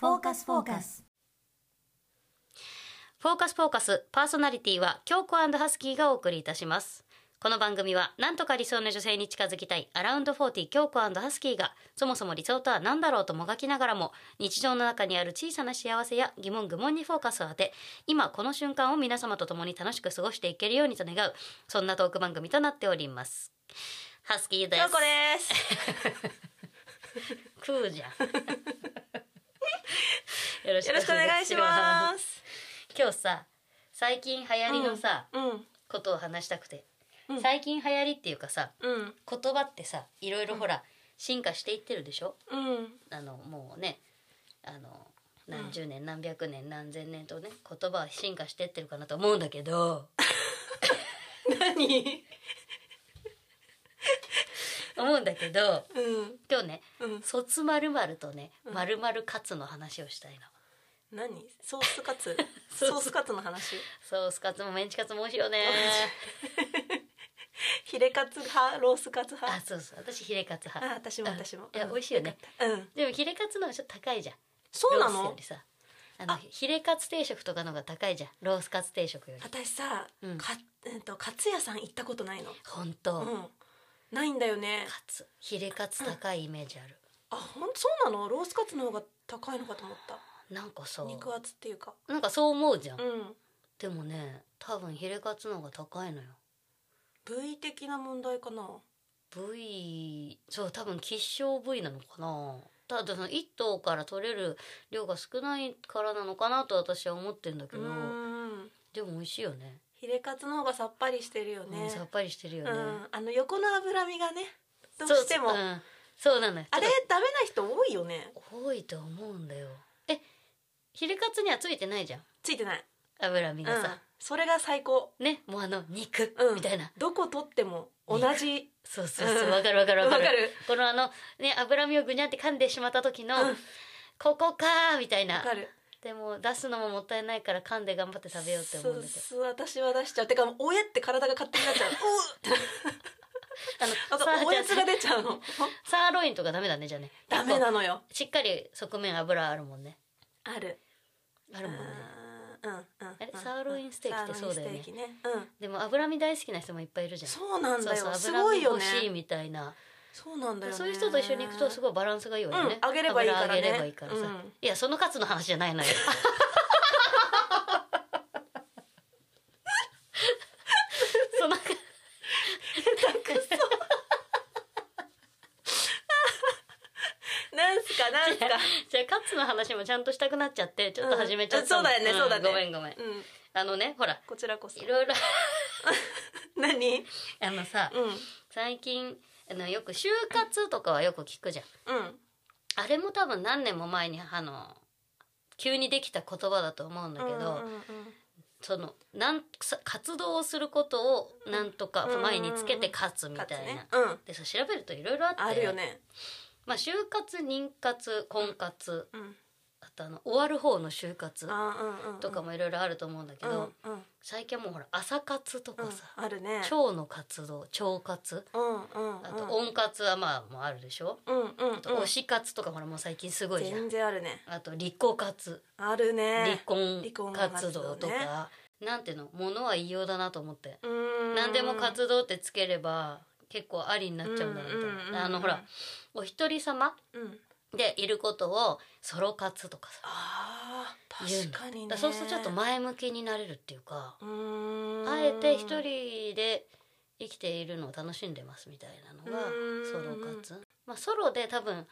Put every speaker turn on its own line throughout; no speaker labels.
スフォーカス
フォーカスフォーカスパーソナリティは京子ハスキーがお送りいたしますこの番組はなんとか理想の女性に近づきたいアラウンド40京子ハスキーがそもそも理想とは何だろうともがきながらも日常の中にある小さな幸せや疑問愚問にフォーカスを当て今この瞬間を皆様と共に楽しく過ごしていけるようにと願うそんなトーク番組となっておりますハスキーです
京子です
ク ーじゃんよろ
よろしくお願いします
今日さ最近流行りのさ、
うん
ことを話したくて、
うん
最近流行りっていうかさ
うん
言葉ってさいろいろほら、進化していってるでしょ
うん
あのもうねあの何十年、何百年何千年とね言葉は進化していってるかなと思うんだけど
何
思うんだけど
うん
今日ね
うん
卒まるまるとね
うん
まるまるカツの話をしたいの。
何ソースカツ
そう
ソースカツの話
ソースカツもメンチカツも美味しい よね。
ヒレカツ派ロースカツ
あ
派
そうそう私ヒレカツ
あ
派。
私も私も
いや
うん
美味しいよね
よかったうん
でもヒレカツの方がちょっと高いじゃん。
そうな
ロースよ
の
りさあの
あ
ヒレカツ定食とかの方が高いじゃんロースカツ定食より
私さ
うん
かえっとカツ屋さん行ったことないの
本当、
うんないんだよね
カツヒレカツ高いイメージある、
あほんそうなのロースカツの方が高いのかと思った
なんかさ
肉厚っていうか
なんかそう思うじゃん、
うん
でもね多分ヒレカツの方が高いのよ
部位的な問題かな
部位そう多分希少部位なのかなただその一頭から取れる量が少ないからなのかなと私は思ってんだけ
う
ど、
ん
でも美味しいよね
ヒレカツの方がさっぱりしてるよ
う
ね
んさっぱりしてるよね、
うんあの横の脂身がねどうしても
そう,、ん、そうなのよ
あれダメな人多いよね
多いと思うんだよえヒレカツにはついてないじゃん
ついてない
脂身が
うん
さ、
それが最高
ねもうあの肉、
うん
みたいな
どこ取っても同じ
そうそうそううんわかるわかるわ
わ
か
か
る
る
このあのね脂身をぐにゃって噛んでしまった時の、
うん
ここかーみたい
わ
な
かる
でも出すのももったいないから噛んで頑張って食べようって思うんだけど
そうそう私は出しちゃうてかもうおえって体が勝手になっ ちゃう
あの
おう
サ
なんか
ー
おやつが出ちゃう の
サーロインとかダメだねじゃあね
ダメな
結
のよ
構しっかり側面脂あるもんね
ある
あるもんね
うんうんうん
あれサーロインステーキってそうだよね
サーロインステーキねうん
でも脂身大好きな人もいっぱいいるじゃん
そうなんだよ
そうそう
す
脂
ご
身
いよ
欲
ね
しいみたいな
そうなんだよね
そういう人と一緒に行くとすごいバランスがいいわよね、
うんあげればいいからね
油あげればいいからさ、
うん
いやそのカツの話じゃないのよその下
なんすかなん すか
じゃあカツの話もちゃんとしたくなっちゃってちょっと始めちゃったの、
うんそうだよねそうだね
ごめんごめん
うん
あのねほら
こちらこそ
いろ いろ
何
あのさ
うん
最近あのよく就活とかはよく聞くじゃん
うん
あれも多分何年も前にあの急にできた言葉だと思うんだけど、
うんうんうん
そのなんさ活動をすることをなんとか
うん
前につけて勝つみたいな、
かつねうん
でさ調べるといろいろあって
あるよね
まあ、就活妊活婚活、
うん
あとあの終わる方の就活
あうんうん
とかもいろいろあると思うんだけ
う
ど、
んうん
最近はもうほら朝活と
う
か
ん
さ、
あるね
腸の活動腸活
うんうんうん
あと温活はまあもうあるでしょ、
うんうんうん
あと推し活とかほらもう最近すごいじゃん
全然あるね
あと離婚活
ある
離
ね
婚
離婚
活動
活
と
動ね
か、なんていうのものは異様だなと思って
うーん
何でも活動ってつければ結構ありになっちゃうんだなみた
う
いな、
んうんうんうん
あのほらお一人様
うん
でいることをソロ活とかさ
あ
言う
ー
の
確かにね
だらそうするとちょっと前向きになれるっていうか、
うーん
あえて一人で生きているのを楽しんでますみたいなのが
うん
ソロ活、まあ、ソロで多分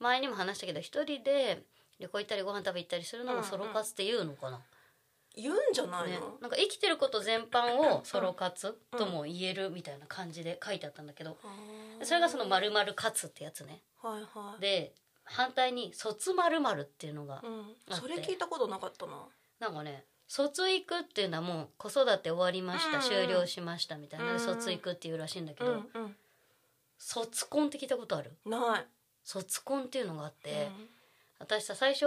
前にも話したけど一人で旅行行ったりご飯食べ行ったりするのもソロ活っていうのかな、
言うんじゃない
ね
の、
なんか生きてること全般をソロ活とも言えるみたいな感じで書いてあったんだけど、
あー
それがその「まるまる活」ってやつね
はいはい
で反対に「卒まるまるっていうのが
う
あ
ん、
って
それ聞いたことなかったな。
なんかね「卒育」っていうのはもう子育て終わりました、
うんうん
終了しましたみたいな
う
で
ん
卒育っていうらしいんだけど、
うん
卒婚って聞いたことある
ない。
卒婚っていうのがあって、私さ最初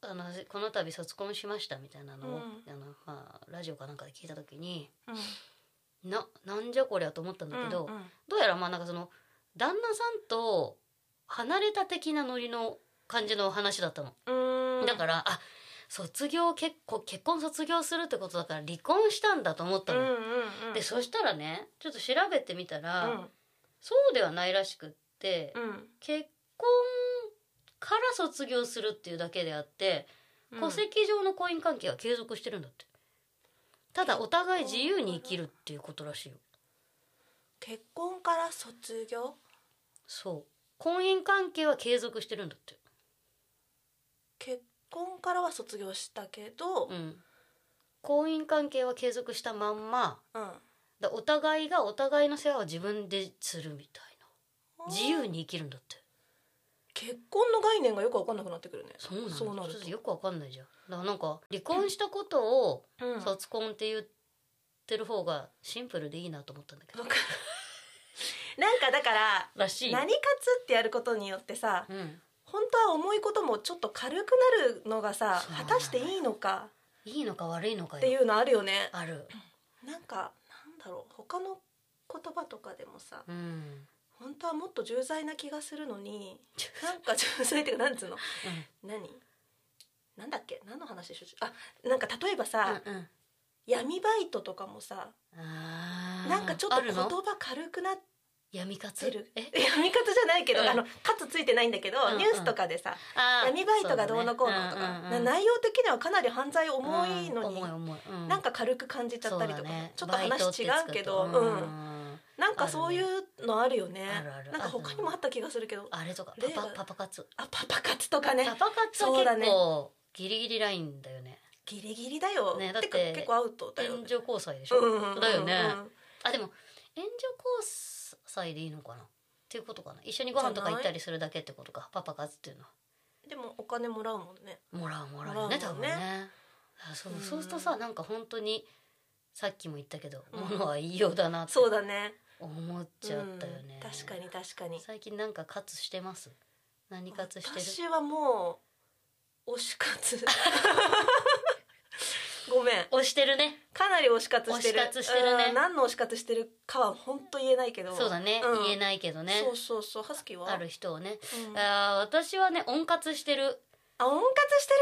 あのこの度卒婚しましたみたいなのを、
うん
あのまあ、ラジオかなんかで聞いた時に
うん、
ななんじゃこりゃと思ったんだけど、
うんうん
どうやらまあなんかその旦那さんと離れた的なノリの感じの話だったの。
ううん
だからあ卒業結婚結婚卒業するってことだから離婚したんだと思った
うん
の、
うんうん
でそしたらねちょっと調べてみた
う
ら、
ん
そうではないらしくって、
うん
結婚から卒業するっていうだけであって、
うん
戸籍上の婚姻関係は継続してるんだってただお互い自由に生きるっていうことらしいよ
結婚から卒業
そう婚姻関係は継続してるんだって
結婚からは卒業したけど、うん
うん婚姻関係は継続したまんまだお互いがお互いの世話を自分でするみたいな自由に生きるんだって
結婚の概念がよく分かんなくなってくるね
そうなんだ
そうなる
ち
と
ょっとよくわかんないじゃんだからなんか離婚したことを
うんわ
卒婚って言ってる方がシンプルでいいなと思ったんだけど
かるなんかだから
らしい
何活ってやることによってさ
うん
本当は重いこともちょっと軽くなるのがさ
そうな
果
の
たしていいのか
いいのか悪いのか
ってい
よ
うのあるよね
ある
なんかなんだろう他の言葉とかでもさ
うん
本当はもっと重罪な気がするのになんか重罪っていうかなんつうの何なんだっけ何の話でしょあなんか例えばさ、
うんうん
闇バイトとかもさ
あー
なんかちょっと
あ
言
る
葉
の
軽くなって
闇活
てる
え
闇活じゃないけど、
うん
あの「活」ついてないんだけど、
うんうん
ニュースとかでさ
あー
闇バイトがどうのこうのと
そ
か、
だねうんうんうん
な内容的にはかなり犯罪重いのに、
うん重い重い、う
なんか軽く感じちゃったりとか、
そうだね
ちょっと話違うけど、
バイトってつくと
うん
うん
なんかそういうのあるよね
あるある
なんか他にもあった気がするけどあ
あれとか
例が
パパパパ活
パパ活とかね
パパ活は
そうだ
結
ね
構ギリギリラインだよね
ギリギリだよ、
ねだって
か結構アウトだよ、
援助交際でし
う
ょ、
んうんうんうん
だよねあでも援助交際でいいのかなっていうことかな一緒にご飯とか行ったりするだけってことかパパ活っていうのは
でもお金もらうもんね
もらうもらうよね
もら
多
うも
分
んね
ねあそう
うん
そうするとさなんか本当にさっきも言ったけど、
うん
物は言いようだなって
そうだね
思っちゃったよね、
うん確かに確かに
最近なんか活してます何活してる
私はもう推し 活ごめん
押してるね
かなり推し活してる
推し活してるね
うん何の推し活してるかは本当言えないけど
そうだね、
うん
言えないけどね
そうそうそうハスキーは
ある人をね、
うん
あー私はね温活してる
あ温活して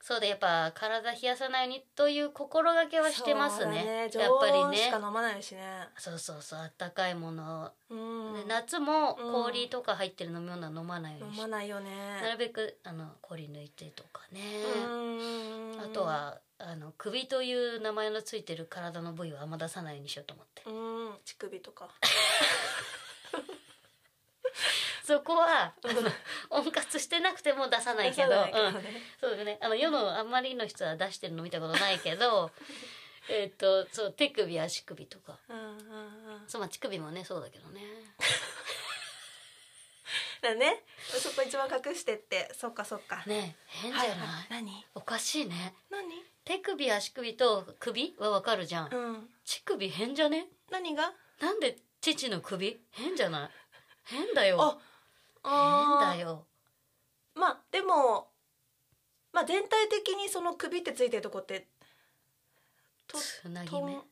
そうでやっぱ体冷やさないようにという心がけ
るね
はしてますね
そうだ
やっぱ
常
り
温しか
ね
飲まないしね
そうそうそうあったかいもの、
うん
で夏も
うん
氷とか入ってる飲み物は飲まないように
飲
して、
まないよね
なるべくあの氷抜いてとかね、
うん
あとはあの首という名前のついてる体の部位はあんま出さないようにしようと思って
うん乳首とか
そこはあ の温活してなくても出さないけど
出さないけ
うん
どね
そうだねあの世のあんまりの人は出してるの見たことない けどえっとそう手首足首とか
うんうんうん
そうまあ乳首もねそうだけどね
だねそこ一番隠してってそっかそっか
ねえ変じゃ
は
ないい、
はい何
おかしいね
何
手首足首と首はわかるじゃん、
うん
乳首変じゃね
何が
なんで父の首変じゃない変だよ
あ
変
あ
だよ
ーまあでもまあ全体的にその首ってついてるとこってと
つなぎ
と
目
ん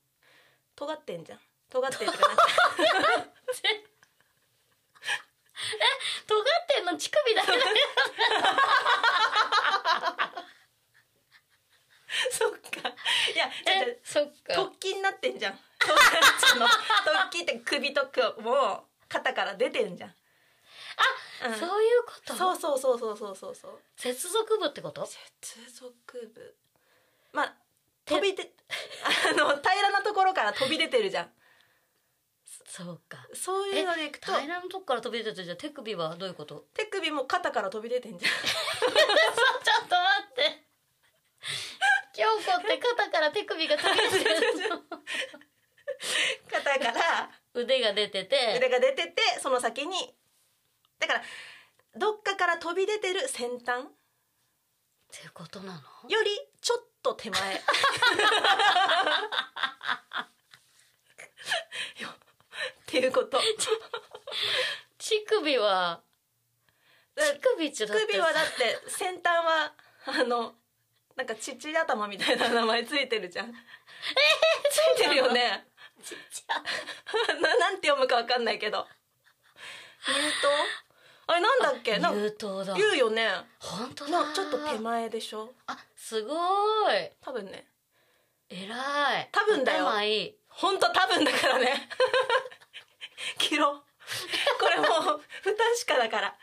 尖ってんじゃん尖ってんじゃない
尖ってんの乳首だけだよ
そっかいやじゃあ
えそっ
じゃあ
か
突起になってんじゃんその突起って首とかも肩から出てんじゃんあ、うん
そういうこと
そうそうそうそうそうそうそう
接続部ってこと
接続部まあ飛び出 あの平らなところから飛び出てるじゃん
そうか
そういうのでいくと
平らのとこから飛び出てるじゃあ手首はどういうこと
手首も肩から飛び出てんじゃん
そうちょっと待って京子って肩から手首が飛び出てるの
肩から
腕が出てて
腕が出ててその先にだからどっかから飛び出てる先端
っていうことなの
よりちょっと手前 よっていうこと
乳首は乳首ちょっとだって
首はだって先端はあのなんか父頭みたいな名前ついてるじゃん。えついてるよね。
ちっちゃ
ななんて読むかわかんないけど。乳あれなんだっけなんか
優等だ
言うよね
本当だ
なちょっと手前でしょ
あすごい
多分ね
偉い
多分だよ
頭いい
本当多分だからね 切ろうこれもう不確かだから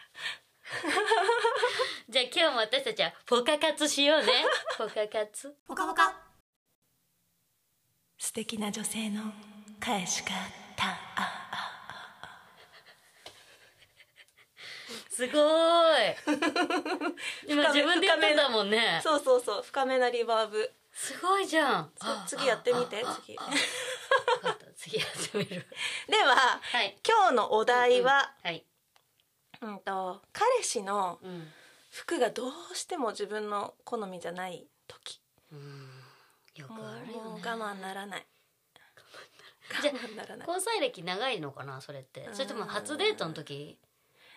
じゃあ今日も私たちはポカ活し ようねポカ活
ほかほか素敵な女性の返し方
すごい
深
今
め
自分で言ってたもんね
そうそうそう深めなリバーブ
すごいじゃん
そう
あ
次やってみて
ああ
次
ああ分かった次やってみる
では
はい
今日のお題は、
はい、
うんと彼氏の
うん
服がどうしても自分の好みじゃない時
うん、よく
も
ある
う
よ
もう
ね
我慢ならない
じ
我
ゃあ
慢ならない
交際歴長いのかなそれってそれとも初デートの時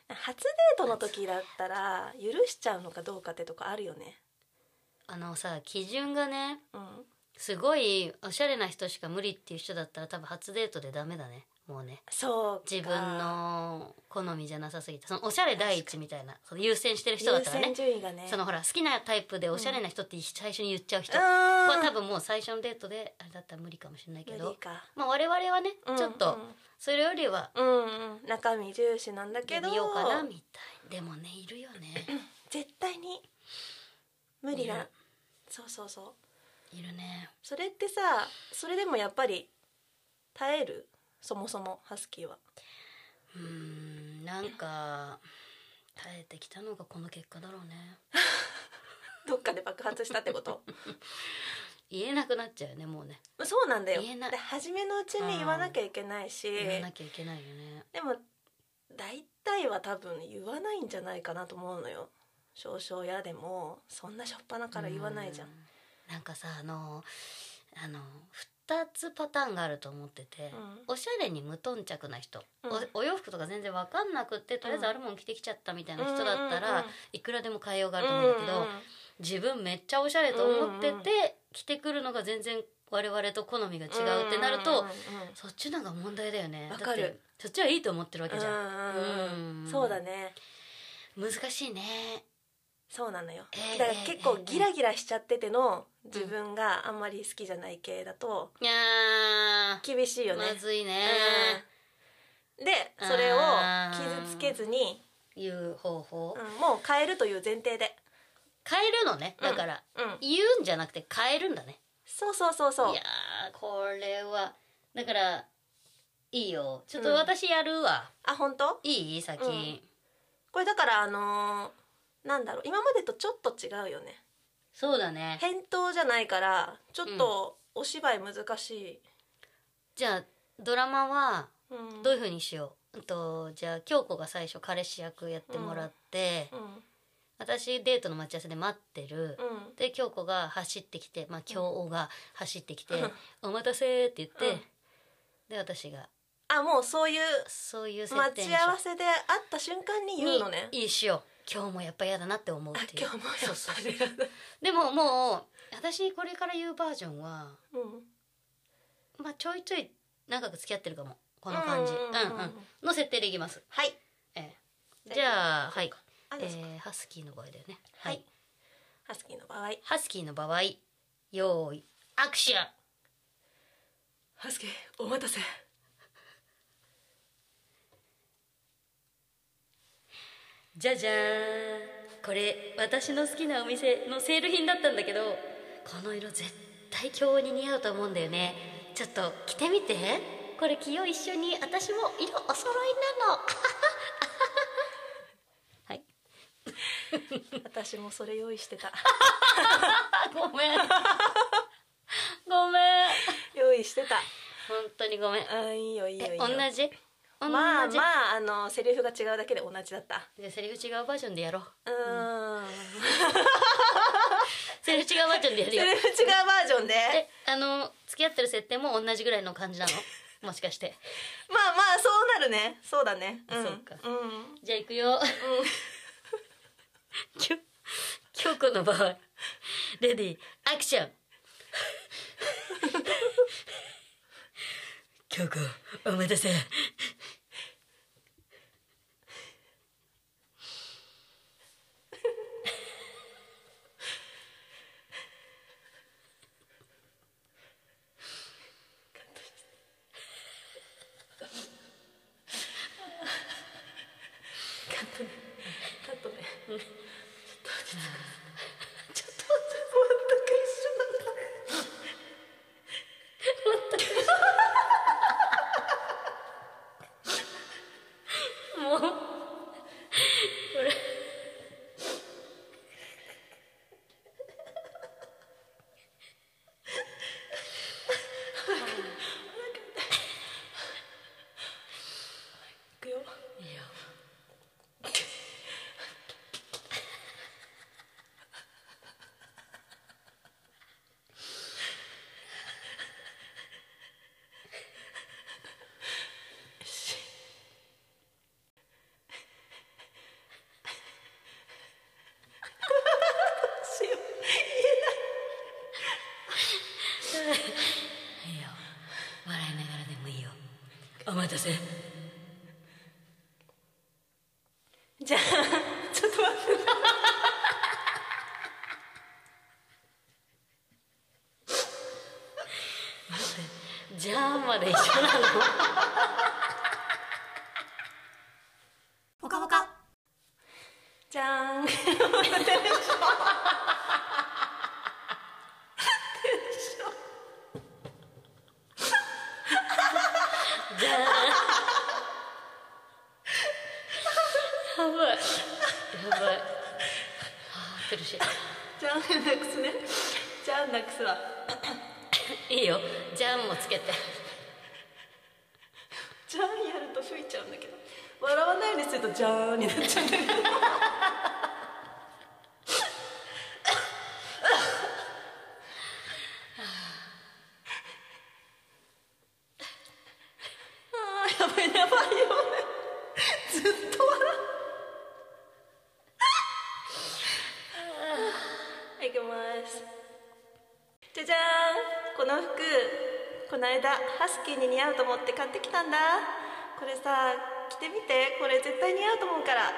初デートの時だったら許しちゃうのかどうかってとこあるよね
あのさ基準がね
うん
すごいおしゃれな人しか無理っていう人だったら多分初デートでダメだねもうね
そうか
自分の好みじゃなさすぎてそのおしゃれ第一みたいなその優先してる人だったらね
優先順位がね
そのほら好きなタイプでおしゃれな人って最初に言っちゃう人は
は
多分もう最初のデートであれだったら無理かもしれないけ
無
ど
理か
まあ我々はね
うん
ちょっとそれよりは
うんうん、うん中身重視なんだけ
け
ど
どようかなみたいでもねいるよ ね
絶対に無理
い
な
る
そうそうそう
いるね
それってさそれでもやっぱり耐えるそもそもハスキーは
うーんなんか耐えてきたのがこの結果だろうね
どっかで爆発したってこと
言えなくなっちゃうよねもうね
まあそうなんだよ
言えない
で初めのうちに言わなきゃいけないし
言わなきゃいけないよね
でも大体は多分言わないんじゃないかなと思うのよ少々嫌でもそんなしょっぱなから言わないじゃん
うなんかさあのあの2つパターンがあると思ってて、
う
おしゃれに無頓着な人、
うん
おお洋服とか全然わかんなくってとりあえずあるもん着てきちゃったみたいな人だったら、
うんうんうん
いくらでも変えようがあると思うんだけど、自分めっちゃおしゃれと思ってて、
うんうん
着てくるのが全然我々と好みが違うってなると、そっちのが問題だよね
わかる
だってそっちはいいと思ってるわけじゃん、
うんうんうんうんうん
うん
そうだね
難しいね
そうなのよ
ええ
だから結構ギラギラしちゃってての自分があんまり好きじゃない系だと
いや
厳しいよ
ー
ね
まずいね、
うんでそれを傷つけずに、
いう方法、
うんもう変えるという前提で、
変えるのねだから、
うん、
言うんじゃなくて変えるんだね
そうそうそうそう
いやーこれはだからいいよちょっと
うん
私やるわ、
あ本当
いい先、
うんこれだからあのーなんだろう今までとちょっと違うよね
そうだね
返答じゃないからちょっとお芝居難しい、
じゃあドラマは
うん
どういう風にしよう、うんとじゃあ京子が最初彼氏役やってもらって、
うん
私デートの待ち合わせで待ってる、
うん
で京子が走ってきてまあ京子が走ってきて
うん
「お待たせ」って言って、
うん
で私が
あもうそういう
そういう設
待
定にし
ち
よう
合わせで会った瞬間に言うのね
にいいしよう今日もやっぱ嫌だなって思うっ
あ
ていう
今日もやっぱりやだ
でももう私これから言うバージョンは
うん
まあちょいちょい長く付き合ってるかもこの感じう
うんんうん
う
んうん
の設定でいきます、
はい
ええ、じゃあはい、
あ
え
です
ー、ハスキーの場合だよねは、
はいいハスキーの場合
ハスキーの場合用意アクション
ハスキーお待た せ
じゃじゃーんこれ私の好きなお店のセール品だったんだけどこの色絶対今日に似合うと思うんだよねちょっと着てみてこれ着よう一緒に私も色お揃いなの はい
私もそれ用意してた
あごめん ごめん
用意してた
本当にごめん
あいいよいいよい
え
い
同
よ
じ同じ、
まあまああのセリフが違うだけで同じだった
じゃあセリフ違うバージョンでやろう
うーん
セリフ違うバージョンでやる
セ
よ
リ フ違うバージョンで
えあの付き合ってる設定も同じぐらいの感じなのもしかして
まあまあそうなるねそうだね、うん、
そうか
うん
じゃあ行くよ。きょ、京子の場合。レディー、アクショ ン。京子、お待たせ。せん
じゃあちょっと待って
じゃあまで一緒なの
ぽかぽかじゃーんテンションテンション
じゃあやばいやばいあー苦し
じゃあなくすねじゃあなくすわ
いいいよじゃあもうつけて
じゃあやると吹いちゃうんだけど笑わないようにするとじゃーんになっちゃうんだけどあーやばいやばいやばいずっと笑うはいいきますじゃじゃーんこの服この間ハスキーに似合うと思って買ってきたんだこれさ着てみてこれ絶対似合うと思うから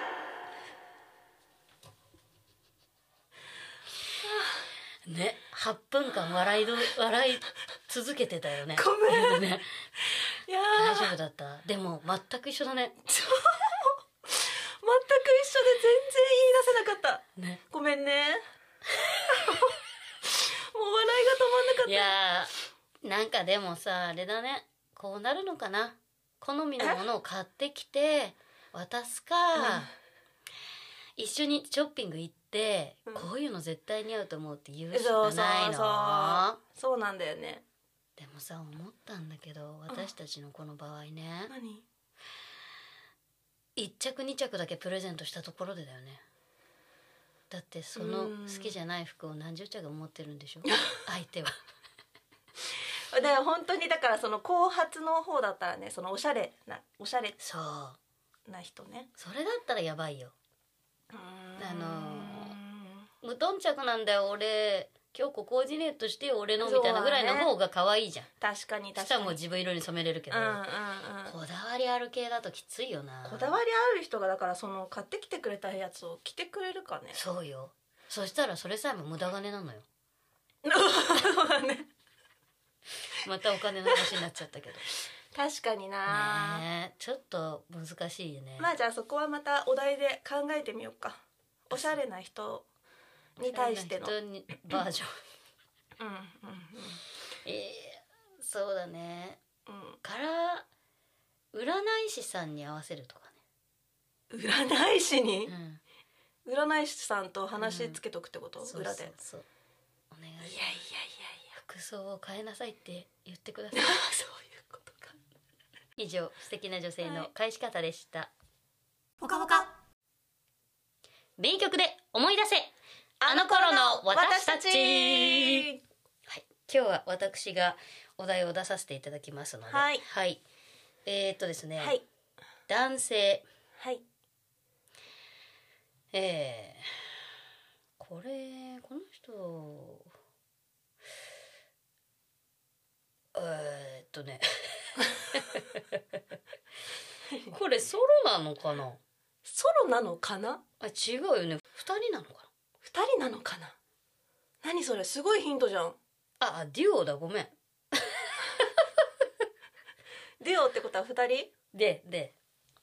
ね8分間笑いど笑い続けてたよね
ごめん
ね
いやー
大丈夫だったでも全く一緒だね
ちょ全く一緒で全然言い出せなかった
ね
ごめんね もう笑いが止まんなかった
いやーなんかでもさあれだねこうなるのかな好みのものを買ってきて渡すか、一緒にショッピング行って、
うん
こういうの絶対似合うと思うって言うし
そう
か
そう
ないの
そうそうなんだよね
でもさ思ったんだけど私たちのこの場合ね
何
1着2着だけプレゼントしたところでだよねだってその
うん
好きじゃない服を何十着も持ってるんでしょ相手は
で本当にだからその後発の方だったらねそのおしゃれなおしゃれ
そう
な人ね
それだったらやばいよ
あ
無頓着なんだよ俺今日こコーディネートしてよ俺の
そう
み
だ
た
ね
いなぐらいの方が可愛いじゃん
確かに確
そした
から
もう
に
自分色に染めれるけど、
うんうんうん
こだわりある系だときついよな
こだわりある人がだからその買ってきてくれたやつを着てくれるかね
そうよそしたらそれさえも無駄金なのよまたお金の話になっちゃったけど
確かにな、
ねえちょっと難しいね、
まあじゃあそこはまたお題で考えてみようかおしゃれな人に対してのうんうん
人にバージョ ンええそうだね
うん
から占い師さんに合わせるとか
うん占い師に
ね、うん
占い師さんと話つけとくってこと、
そう
裏
そう
で
そうお願い
いやいやいやいや
服装を変えなさいって言ってくださ い
そういうことか
以上素敵な女性
は
の
い
返し方でした、
ぽかぽか
名曲で思い出せあの頃の私たちはい、今日は私がお題を出させていただきますので
はい
えー、っとですね、
はい
男性
はい
えー、これこの人えー、っと ねこれソロなのかな
ソロなのかな
あ違うよね二人なのか
二人なのかな何それすごいヒントじゃん
なああデュオだごめん
デュオってことは二人
でで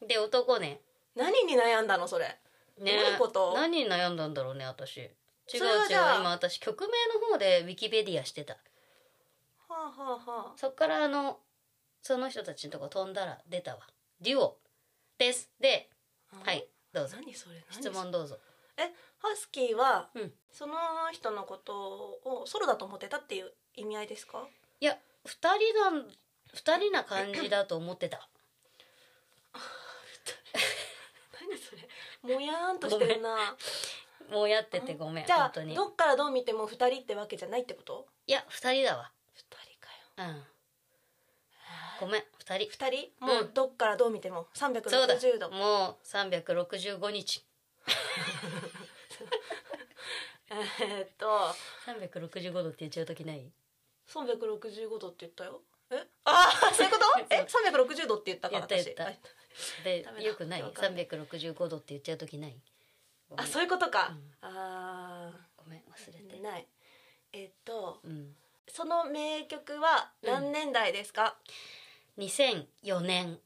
で男ね
何に悩んだのそれ
ね
どういうこと
何に悩んだんだろうね私違う違
そうれはじゃあ
今私曲名の方でウィキペディアしてた
はあはあはあ
そっからあのその人たちのとこ飛んだら出たわデュオですではいどうぞ
何それ何
質問どうぞ
ハスキーは、
うん
その人のことをソロだと思ってたっていう意味合いですか
いや二人なん二人な感じだと思ってた
何それもやーんとしてるな
もうやっててごめん
じゃ
本
あ
当にい
どっからどう見ても二人ってわけじゃないってこと
や二人だわ
二人かよ
うんごめん二人
二人もうどっからどう見ても360度
そうだもう365日
えーっと
365度って言っちゃう時ない
365度って言ったよえああそういうこと え三360度って言ったかな
言った
私
言った
あ
で
ダメだ
よくない
わかんな
365度って言っちゃう時ない
あそういうことか、ああ
ごめん忘れて、
ないえっと
うん、
その名曲は何年代ですか、
2004年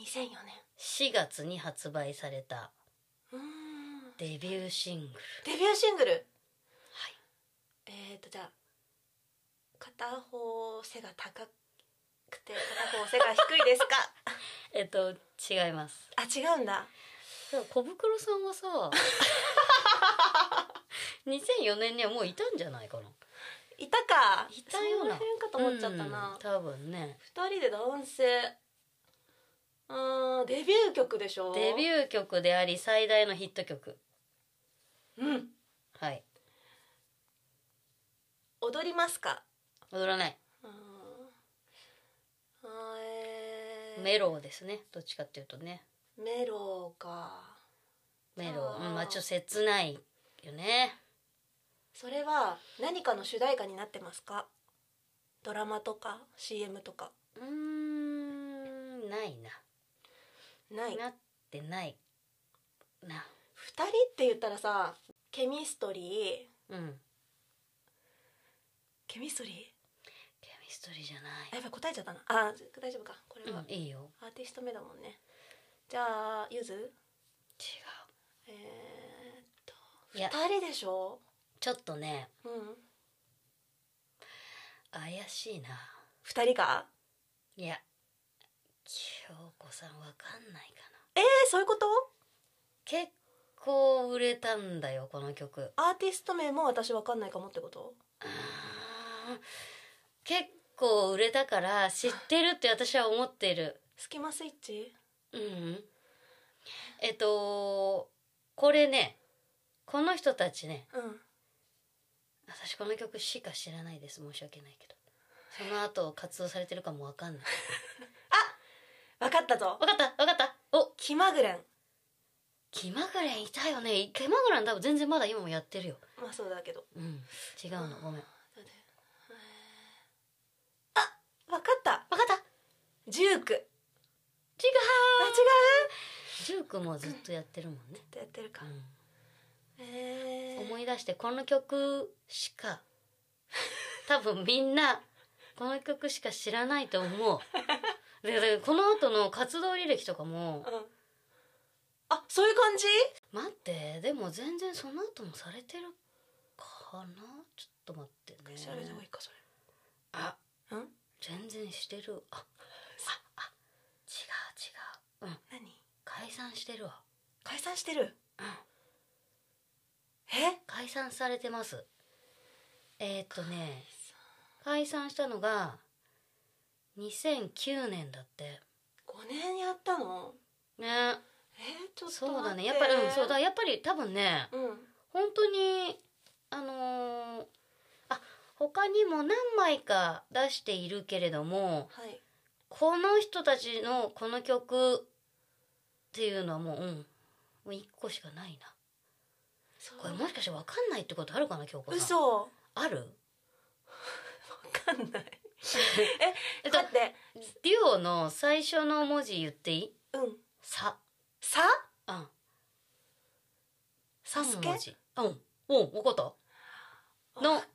2004年
4月に発売された
うーん
デビューシングル
デビューシングルはいえっ、とじゃあ片方背が高くて片方背が低いですか
えっと違います
あ違うんだ
でも小袋さんは さ2004年にはもういたんじゃないかない
たか
いたような
その辺かと思っちゃったな、
うん多分ね
二人で男性うーんデビュー曲でしょ
デビュー曲であり最大のヒット曲
ューうん
はい
踊りますか
踊らないう
ーんあーえー
メロウですねどっちかっていうとね
メロか
メロ
あ
ウ、
ー
うん、まあちょっと切ないよね
それは何かの主題歌になってますかドラマとか CM とか
うーんないな
ない
なってないな
二人って言ったらさケミストリー
うん
ケミストリー
ケミストリーじゃ
あ
な
やばい答えちゃったなあ大丈夫かこれは、
い、うん、いいよ
アーティスト目だもんねじゃあゆず
違
えー、っと
ういや
二人でしょ
ちょっとね
うん
怪しいな
二人か
いや京子さんわかんないか
え
な
ー、そういうこと
結構売れたんだよこの曲
アーティスト名も私わかんないかもってこと
あー結構売れたから知ってるって私は思ってる
スキマスイッチ
うんえっとこれねこの人たちね
うん
私この曲しか知らないです申し訳ないけどその後活動されてるかもわかんない
わかったぞ
わかったわかったお
気まぐれん
気まぐれんいたよね気まぐれん多分全然まだ今もやってるよ
まあそうだけど
うん違うのごめんわ
あわかった
かった
ジューク
違
あ違う
うジュークもずっとやってるもんね、
ってやってるか
う
え
ん、
ー、
思い出してこの曲しか 多分みんなこの曲しか知らないと思うででこの後の活動履歴とかも
うんあそういう感じ
待ってでも全然その後もされてるかなちょっと待ってね
調べた方がいいかそ
あ
れうん
全然してるあああ違う違ううん
何
解散してるわ
解散してる
うん
え
解散されてますえーっとね解散したのが2009年だって
五年やったの
ね
えー、ちょっと待って
そうだねやっぱりうんそうだやっぱり多分ね
うん
本当にあのーあ他にも何枚か出しているけれども
はい
この人たちのこの曲っていうのはもううんもう1個しかないな
そう
これもしかして分かんないってことあるかな京子さん
嘘わ
ある
かんない
え
え
っと
だって
デュオの最初の文字言っていい
うん
さ、
さ
うん。
サ
三
スケ
文字。うん。うん、わかったの
わ、か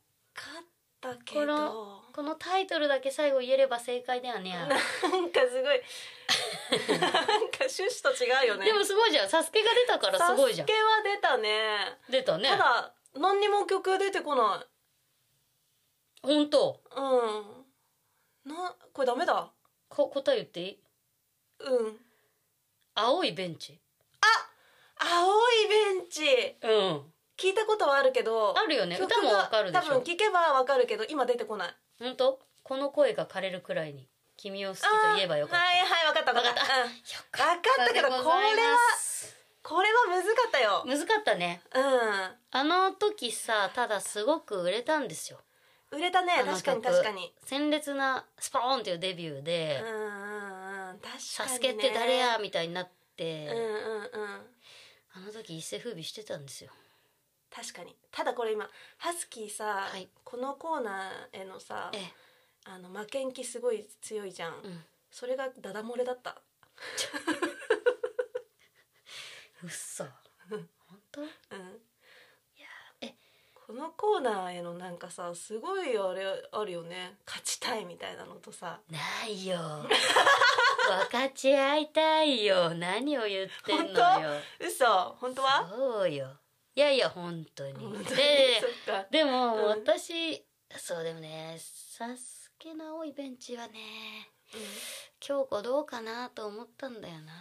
ったけ
こ
ど
このタイトルだけ最後言えれば正解だよね。
なんかすごいなんか趣旨と違うよね
でもすごいじゃん。サスケが出たからすごいじゃん
サスケ。は出たね
出たね
た。だ何にも曲出てこない
本当。
うんなこれダメだ
こ答え言っていい？
うん
青いベンチ。
青いベンチ
うん。
聞いたことはあるけど
あるよね。
曲が
歌もわかるでし
多
ょ
分。聞けばわかるけど今出てこない
本当？この声が枯れるくらいに君を好きと言えばよか
あ
った。
ーはいはいわかったわかったうん
よ
わかったけど
でご
これは
ざいます
これはむずかったよ
難かったね。あの時さただすごく売れたんですよ
うん売れたね
あの
確かに
曲
確かに
鮮烈なスパーンっていうデビューで
うんうんうん確かにね
「サスケって誰や?」みたいになっ
う
て、
んうんうん
あの時一世風靡してたんですよ
確かにただこれ今ハスキーさ、
はい
このコーナーへのさ
ええ
あの負けん気すごい強いじゃん、
うん
それがダダ漏れだった
うっ そ本当
うん
え
このコーナーへのなんかさすごいあれあるよね勝ちたいみたいなのとさ
な いよ分かち合いたいよ何を言ってんのよ
嘘本当は
そうよいやいや本当に
本当に
で
そっか
でも、
うん
私そうでもねサスケの青いベンチはね京子どうかなと思ったんだよな、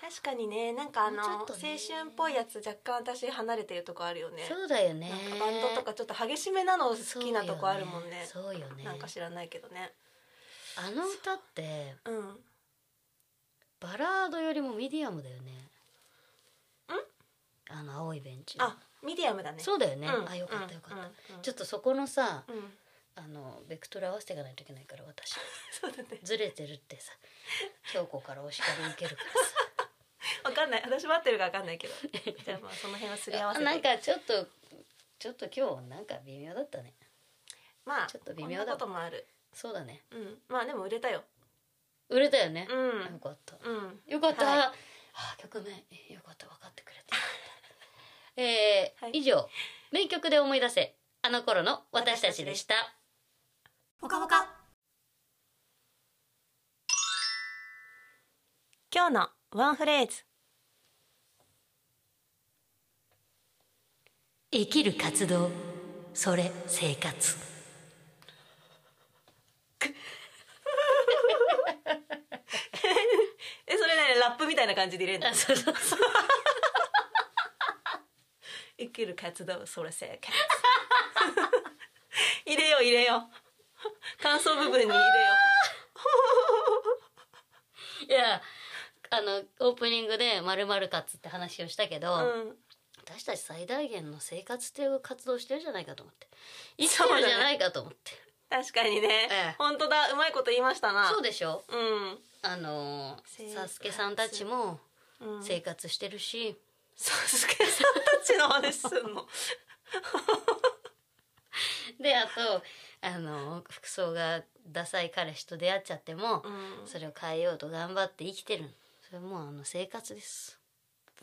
確かにねなんかあの、
もうちょ
青
っとね
春っぽいやつ若干私離れてるとこあるよね
そうだよね
なんかバンドとかちょっと激しめなの好きなとこあるもんね
そうよねそうよね
なんか知らないけどね
あの歌って
うん
バラードよりもミディアムだよねあの青いベンチ
あミディアムだね
そうだよ
う
ね、あよかったよかった、
た
ちょ
っ
っとそこのさ
と、うん、
あのベクトル合わせていかないといけないか ら私
そうだね
ずれてるってさ京子からお叱り受けるから
わかんない私待ってるかわかんないけどじゃあまあその辺 はすり合わ
さ
せて
なんかちょっとちょっと今日なんか微妙だったね
まあ
ちょっと微
こ
妙だ
んなこともある
そうだね
うんまあでも売れたよ
売れたよね
う、
よ
ん
かった
うん
よかった、
はい
はあ曲名よかった分かってくれ てえー
はい
以上名曲で思い出せあの頃の私たちでした
ほかほか今日のワンフレーズ
生きる活動それ生活
えそれねラップみたいな感じで入れるの
あそうそうそう
生きる活動それ正 解入れよう入れよう感想部分に入れよ
いやあのオープニングで「まるまる活」って話をしたけど、
う、うん、
私たち最大限の生活っていう活動してるじゃないかと思って生きてるじゃないかと思って
確かにね、
ええ
本当だうまいこと言いましたな
そう,、でしょ
う
あの
生活
サスケさんたちも
んうん、
生活してるし、
サスケさんたちの話すんの
であとあの服装がダサい彼氏と出会っちゃっても、
うん
それを変えようと頑張って生きてるそれもうあの生活です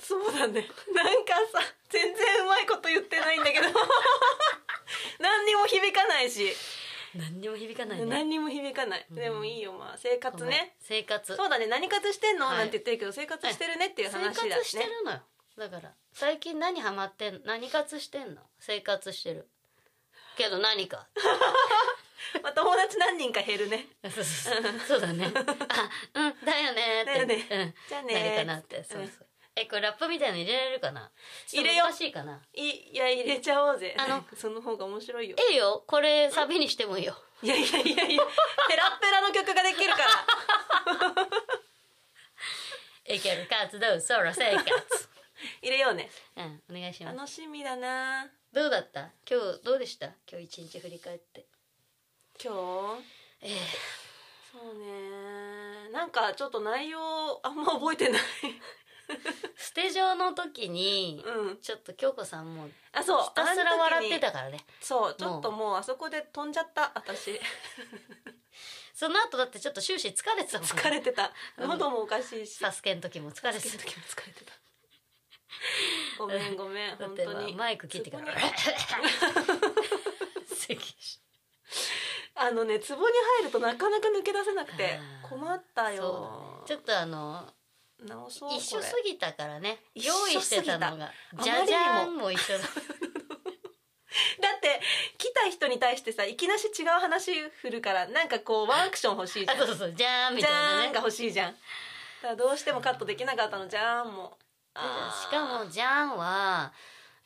そうだねなんかさ全然うまいこと言ってないん だけど何にも響かないし、
何にも響かないね
何にも響かない、でもいいよまあ生活ね
生活
そうだね何活してんの、
はい
なんて言ってるけど生活してるねっていう
生
話だね
活してるのよだから最近何ハマってん何活してんの生活してるけど何か
まあ、友達何人か減るね
そうそうそうそうだね。あ、うん、だよね
だよ
ーって。
ね
うん、
じゃあ
なるか
ね
なって。そうそう。え、これラップみたいの入れられるかな。
入れよう
ちょっと難しいかな。
いいや入れちゃおうぜ
あの
その方が面白いよ
ええよ、これサビにしてもいいよ。
いやいやいやいやペラッペラの曲ができるから
いける活動、そら生活。
入れようね
うん、お願いします。
楽しみだな
どうだった。今日どうでした。今日一日振り返って。
今日
ええ
そうねなんかちょっと内容あんま覚えてない
ステ上の時に。
うん
ちょっと京子さんもひ
あそう
たすら笑
あの
って
時に
たからね
そうちょっともうあそこで飛んじゃった私
その後だってちょっと終始疲れてたもん、ね、
疲れてた
うん
喉もおかしいし
サスケの時も疲れて
つけ
た
る時も疲れてたごめんごめん
だ
本
って
当に
マイク切ってから
そこに
咳し
あのね壺に入るとなかなか抜け出せなくて
あー
困った
そ
よ
うだねちょっとあの
直そうこれ
一緒すぎたからね
一緒
用意してたのが
すぎた
じゃじゃ
あまり
ー
に
んも一緒だ
だって来た人に対してさいきなし違う話振るからなんかこうワンアクション欲しいじゃ
あ
ん
そうそうそうじゃーんみ
じ
た
ゃ
い
ーんが
なね
欲しいじゃんだからどうしてもカットできなかったのじゃーんもあー
しかもじゃーんは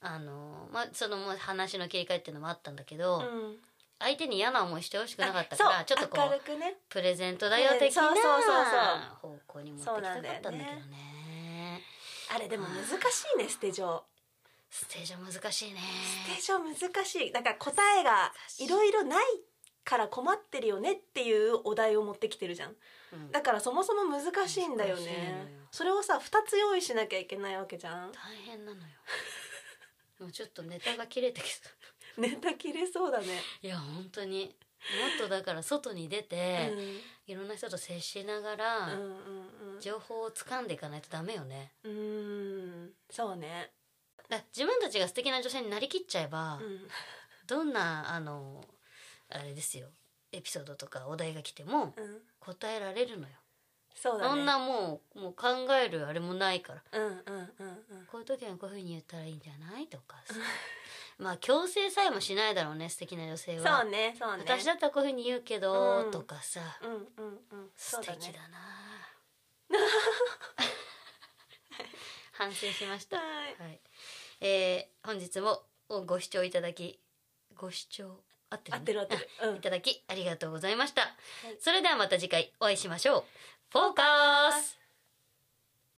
あのまあそのもう話の切り替えっていうのもあったんだけど、
うん
相手に嫌な思いしてほしくなかった
そ
か
う
らちょっとこ
明
う
るくね
プレゼントだよ的な
そうそうそう
方向に持ってき
そう
たかったんだけど
なんだよ
ね
あれでも難しいねステ上
ステージは難しいね
ステ上難しいだから答えがいろいろないから困ってるよねっていうお題を持ってきてるじゃん
うん
だからそもそも難しいんだよ
難しいのよ
ねそれをさ2つ用意しなきゃいけないわけじゃん
大変なのよもうちょっとネタが切れたけ
ネタ切れそうだね
どいや本当にっとだから外に出て、いろんな人と接しながら、
うんうんうん
情報を掴んでいかないとダメよね
うんそうね
だ自分たちが素敵な女性になりきっちゃえば、
うん
どんなあのあれですよエピソードとかお題が来ても
うん
答えられるのよ、
そうだね
そんなもうもう考えるあれもないから
うんうんうんうん
こういう時はこういうふうに言ったらいいんじゃないとかさ まあ強制さえもしないだろうね素敵な女性は、
そうねそうね
私だったらこういうふうに言うけど、
うん
とかさ
うんうんうん
素
そうだね
敵だ な反省しました
はい
はい、えー本日もご視聴いただきご視聴合ってる,、
合ってる合ってるう
いただきありがとうございました、
い
それではまた次回お会いしましょうフォーカス